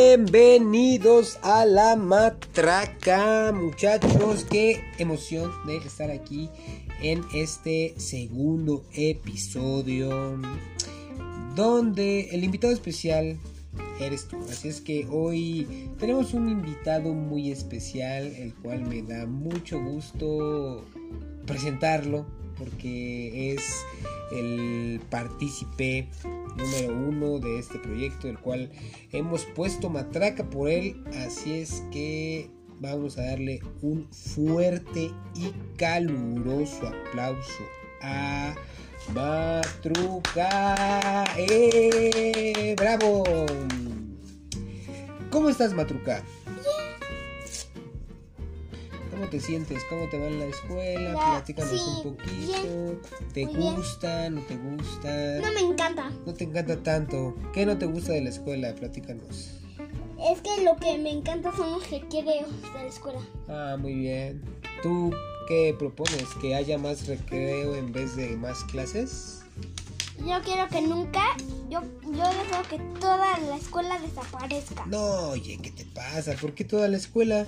Bienvenidos a la matraca, muchachos. Qué emoción de estar aquí en este segundo episodio donde el invitado especial eres tú. Así es que hoy tenemos un invitado muy especial, el cual me da mucho gusto presentarlo porque es el partícipe número uno de este proyecto, el cual hemos puesto matraca por él. Así es que vamos a darle un fuerte y caluroso aplauso a Matruca. ¡Eh! ¡Bravo! ¿Cómo estás, Matruca? ¿Cómo te sientes? ¿Cómo te va en la escuela? Ya, Platícanos sí, un poquito. bien, ¿Te muy bien. gusta? ¿No te gusta? No me encanta. No te encanta tanto. ¿Qué no te gusta de la escuela? Platícanos. Es que lo que me encanta son los recreos de la escuela. Ah, muy bien. ¿Tú qué propones? ¿Que haya más recreo en vez de más clases? Yo quiero que nunca, yo, yo deseo que toda la escuela desaparezca. No, oye, ¿qué te pasa? ¿Por qué toda la escuela?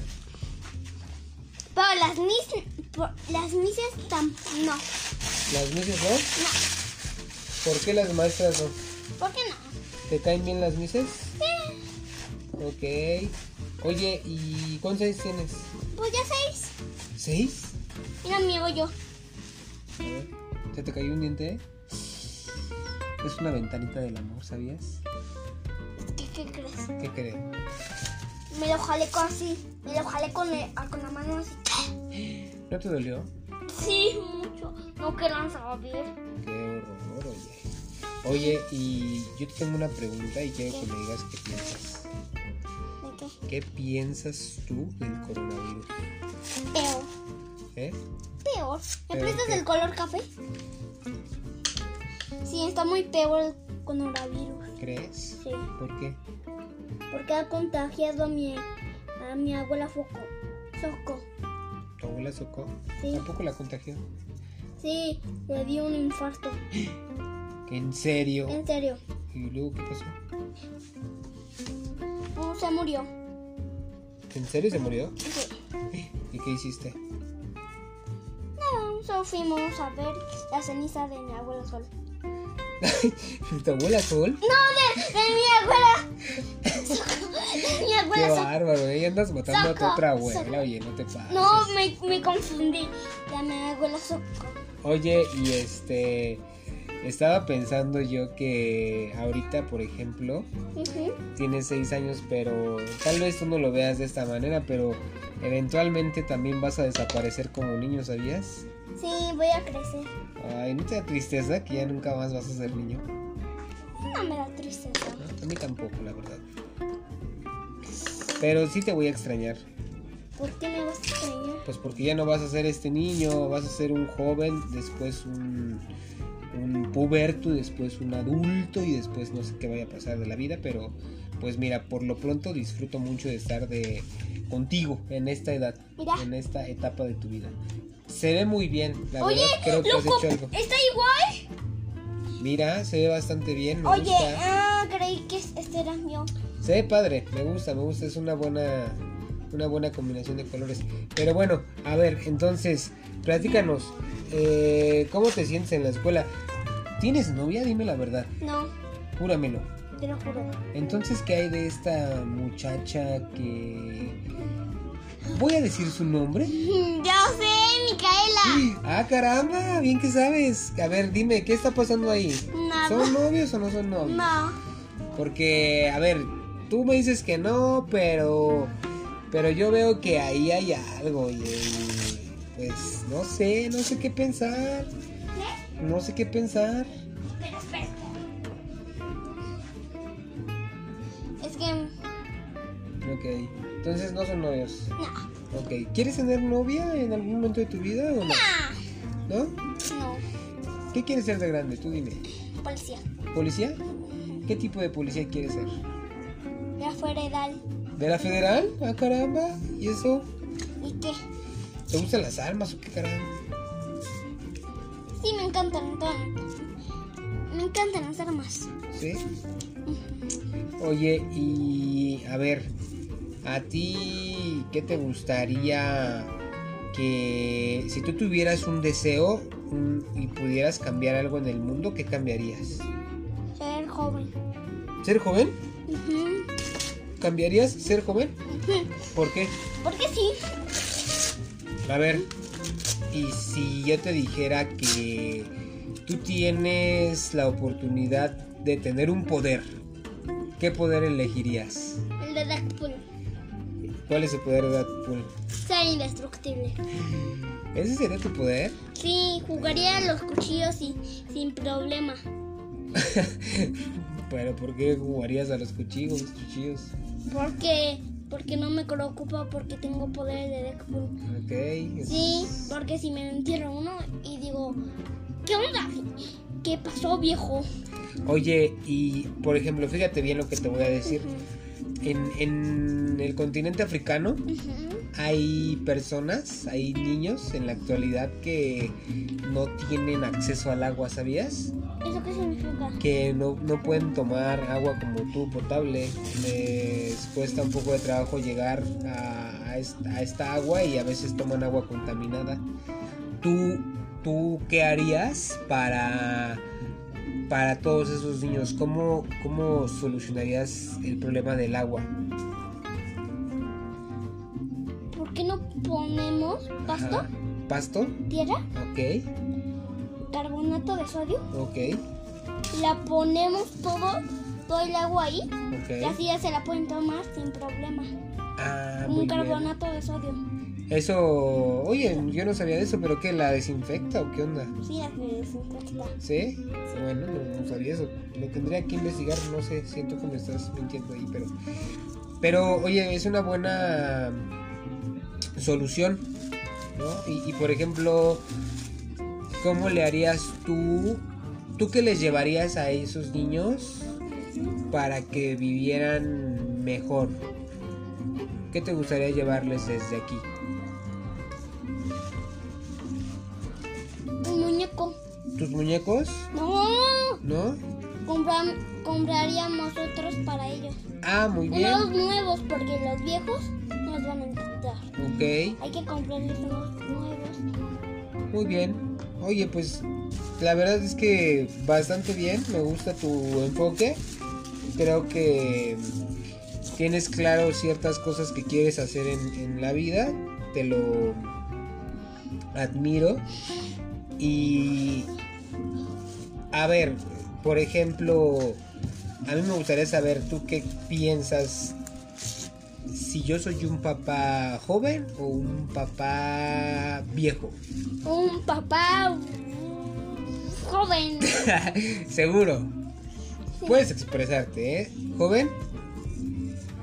Pero las mis, por- las misas tam, no, ¿Las mises no? no. ¿Por qué las maestras no? ¿Por qué no? ¿Te caen bien las mises? Ok. Oye, ¿y cuántos años tienes? Pues ya seis. ¿Seis? Mira mi yo. A ver, ¿Se te cayó un diente? Es una ventanita del amor, ¿sabías? ¿Qué, qué crees? ¿Qué crees? Me lo jalé con así, me lo jalé con, el- con la mano así. ¿No te dolió? Sí, mucho. No querían saber. Qué horror, oye. Oye, y yo te tengo una pregunta y quiero que me digas qué piensas. ¿De qué? ¿Qué piensas tú del coronavirus? Peor. ¿Eh? peor. ¿Me ¿Peor prestas qué? el color café? Sí, está muy peor el coronavirus. ¿Crees? Sí, ¿Por qué? porque ha contagiado a mi, a mi abuela Foco. Soco. ¿Tu abuela socó? Sí. ¿Tampoco la contagió? Sí, le dio un infarto. ¿Que ¿En serio? En serio. ¿Y luego qué pasó? No, se murió. ¿En serio se murió? Sí. ¿Y qué hiciste? No, solo fuimos a ver la ceniza de mi abuela Sol. ¿Tu abuela Sol? ¡No, de, de mi abuela! Soco, de mi ¡Qué abuela Sol. bárbaro! ¿eh? Andas matando a tu Soco, otra soco. abuela, oye, no te pases. No, me, me confundí. De mi abuela Soco. Oye, y este... Estaba pensando yo que ahorita, por ejemplo, Ujú. tienes seis años, pero tal vez tú no lo veas de esta manera, pero eventualmente también vas a desaparecer como niño, ¿sabías? Sí, voy a crecer. Ay, ¿no te da tristeza que ya nunca más vas a ser niño? No me da tristeza. No, a mí tampoco, la verdad. Pero sí te voy a extrañar, ¿Por qué me vas a extrañar? pues porque ya no vas a ser este niño, vas a ser un joven, después un, un puberto, después un adulto y después no sé qué vaya a pasar de la vida, pero pues mira, por lo pronto disfruto mucho de estar de contigo en esta edad. Mira. en esta etapa de tu vida. Se ve muy bien, la Oye, verdad creo que loco, has hecho algo. ¿está igual? Mira, se ve bastante bien, me Oye, gusta. ah, creí que este era mío. Se ve padre, me gusta, me gusta, es una buena una buena combinación de colores. Pero bueno, a ver, entonces, platícanos, eh, ¿cómo te sientes en la escuela? ¿Tienes novia? Dime la verdad, No, júramelo. te lo juro. Entonces, ¿qué hay de esta muchacha que... Voy a decir su nombre. Yo sé, Micaela. Ah, caramba, bien que sabes. A ver, dime, ¿qué está pasando ahí? Nada. ¿Son novios o no son novios? No, Porque, a ver, tú me dices que no, pero. Pero yo veo que ahí hay algo, y eh, Pues no sé, no sé qué pensar. No sé qué pensar. ¿Eh? pero espera. Es que, no. Ok, entonces no son novios. Ok, ¿quieres tener novia en algún momento de tu vida o no? Ah, ¿No? No, ¿Qué quieres ser de grande? Tú dime. policía. ¿Policía? ¿Qué tipo de policía quieres ser? Ya fue heredal. ¿De la federal? Ah, caramba. ¿Y eso? ¿Y qué? ¿Te gustan las armas o qué caramba? Sí, me encantan, entonces. Me encantan las armas. ¿Sí? Oye, y a ver, ¿a ti qué te gustaría que si tú tuvieras un deseo un- y pudieras cambiar algo en el mundo, qué cambiarías? Ser joven. ¿Ser joven? Ujú. ¿Cambiarías ser joven? ¿Por qué? Porque sí. A ver, y si yo te dijera que tú tienes la oportunidad de tener un poder, ¿qué poder elegirías? El de Deadpool. ¿Cuál es el poder de Deadpool? Ser indestructible. ¿Ese sería tu poder? Sí, jugaría a los cuchillos y, sin problema. Pero ¿por qué jugarías a los cuchillos? cuchillos? Porque, porque no me preocupa porque tengo poderes de Deadpool. Ok. Sí, porque si me entierro uno y digo, ¿qué onda? ¿Qué pasó, viejo? Oye, y por ejemplo, fíjate bien lo que te voy a decir. En, en el continente africano Ujú. hay personas, hay niños en la actualidad que no tienen acceso al agua, ¿sabías? ¿Eso qué significa? Que no, no pueden tomar agua como tú, potable. Les cuesta un poco de trabajo llegar a, a es- a esta agua y a veces toman agua contaminada. ¿Tú, tú qué harías para, para todos esos niños? ¿Cómo, ¿Cómo solucionarías el problema del agua? ¿Por qué no ponemos pasto, Ajá. ¿Pasto? tierra, Ok, carbonato de sodio? ok. y La ponemos todo, todo el agua ahí y Ok. así ya se la pueden tomar sin problema. Ah, muy Un bien. carbonato de sodio. Eso, oye, yo no sabía de eso, pero ¿qué? ¿La desinfecta o qué onda? Sí, ya se desinfecta. ¿Sí? Bueno, no, no sabía eso. Lo tendría que investigar, no sé, siento que me estás mintiendo ahí, pero... Pero, oye, es una buena solución, ¿no? Y, y, por ejemplo, ¿cómo le harías tú? ¿Tú qué les llevarías a esos niños para que vivieran mejor? ¿Qué te gustaría llevarles desde aquí? Un muñeco. ¿Tus muñecos? No, ¿No? compram- compraríamos otros para ellos. Ah, muy bien. Unos nuevos porque los viejos nos van a encantar. Ok, Hay que comprarles unos nuevos. muy bien. Oye, pues la verdad es que bastante bien. Me gusta tu enfoque. Creo que tienes claro ciertas cosas que quieres hacer en, en la vida. Te lo admiro. Y... A ver, por ejemplo, a mí me gustaría saber tú qué piensas si yo soy un papá joven o un papá viejo. Un papá mm, joven. Seguro. Puedes expresarte, ¿eh? ¿Joven?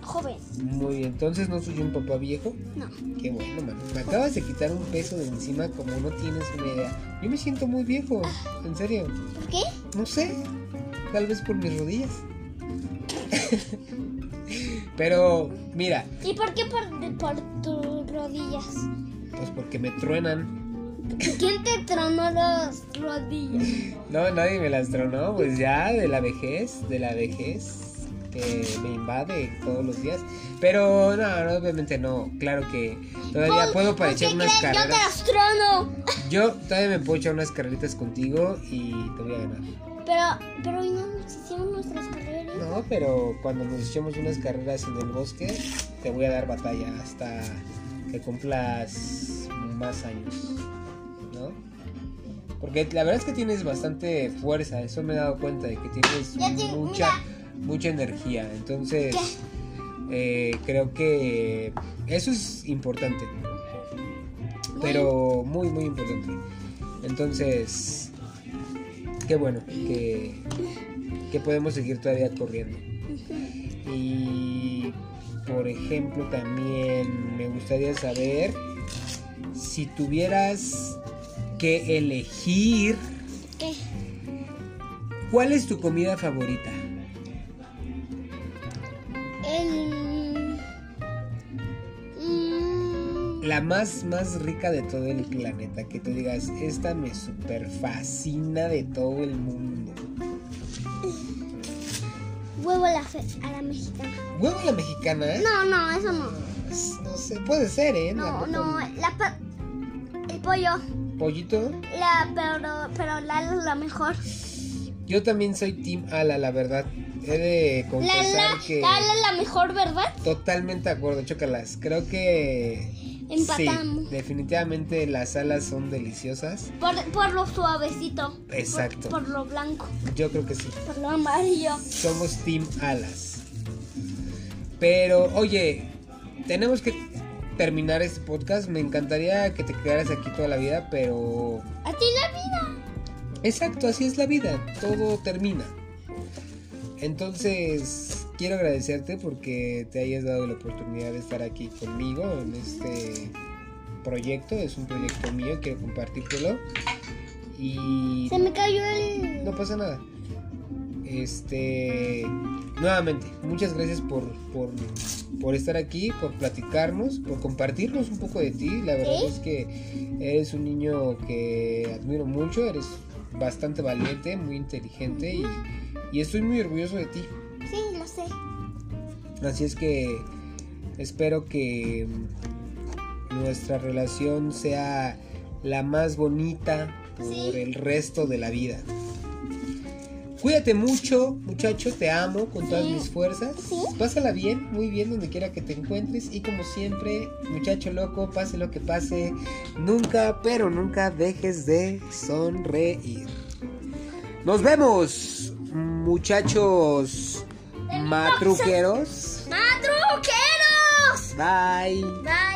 Joven. Muy bien, entonces no soy un papá viejo. No. Qué bueno, man. Me acabas de quitar un peso de encima como no tienes una idea. Yo me siento muy viejo, en serio. ¿Por qué? No sé, tal vez por mis rodillas. Pero, mira, ¿Y por qué por, por tus rodillas? pues porque me truenan. ¿Quién te tronó las rodillas? No, nadie me las tronó, pues ya de la vejez, de la vejez que me invade todos los días. Pero no, no, obviamente no. Claro que todavía Por- puedo ¿por para Pues, qué echar unas crees? Yo te carreras. las trono. Yo todavía me puedo echar unas carreritas contigo y te voy a ganar. Pero, pero hoy no nos hicieron nuestras carreras. No, pero cuando nos echemos unas carreras en el bosque, te voy a dar batalla hasta que cumplas más años, ¿no? Porque la verdad es que tienes bastante fuerza, eso me he dado cuenta de que tienes Ya te- mucha, mucha energía, entonces eh, creo que eso es importante, pero muy, muy importante. Entonces, qué bueno que, que podemos seguir todavía corriendo. Y por ejemplo, también me gustaría saber si tuvieras que elegir ¿Qué? cuál es tu comida favorita. El. Mm, La más más rica de todo el planeta, que tú digas, esta me super fascina de todo el mundo. huevo a la, fe- a la mexicana. Huevo a la mexicana, ¿eh? No, no, eso no. Pues, No sé, puede ser, ¿eh? No, Tampoco- no, eh. la pa- el pollo, Pollito. la, pero, pero Lala es la mejor. Yo también soy Team Ala, la verdad. He de Lala, confesar que. Lala es la mejor, ¿verdad? Totalmente de acuerdo, chócalas. Creo que. Empatamos. Sí, definitivamente las alas son deliciosas. Por, por lo suavecito. por- Exacto. Por, lo blanco, Yo creo que sí. por lo amarillo. Somos Team Alas. Pero, oye, tenemos que terminar este podcast. Me encantaría que te quedaras aquí toda la vida, pero. A ti la vida. Exacto, así es la vida. Todo termina. Entonces, quiero agradecerte porque te hayas dado la oportunidad de estar aquí conmigo en este proyecto. Es un proyecto mío, quiero compartírtelo. Y Se me cayó el... no pasa nada. Este, nuevamente, muchas gracias por, por, por estar aquí, por platicarnos, por compartirnos un poco de ti. La verdad Sí. es que eres un niño que admiro mucho, eres bastante valiente, muy inteligente y, y estoy muy orgulloso de ti. Sí, lo sé. Así es que espero que nuestra relación sea la más bonita por Sí. el resto de la vida. Cuídate mucho, muchacho, te amo con todas Sí. mis fuerzas. Sí. Pásala bien, muy bien donde quiera que te encuentres y como siempre, muchacho loco, pase lo que pase, nunca, pero nunca dejes de sonreír. Nos vemos, muchachos matruqueros. ¡Matruqueros! Bye. Bye.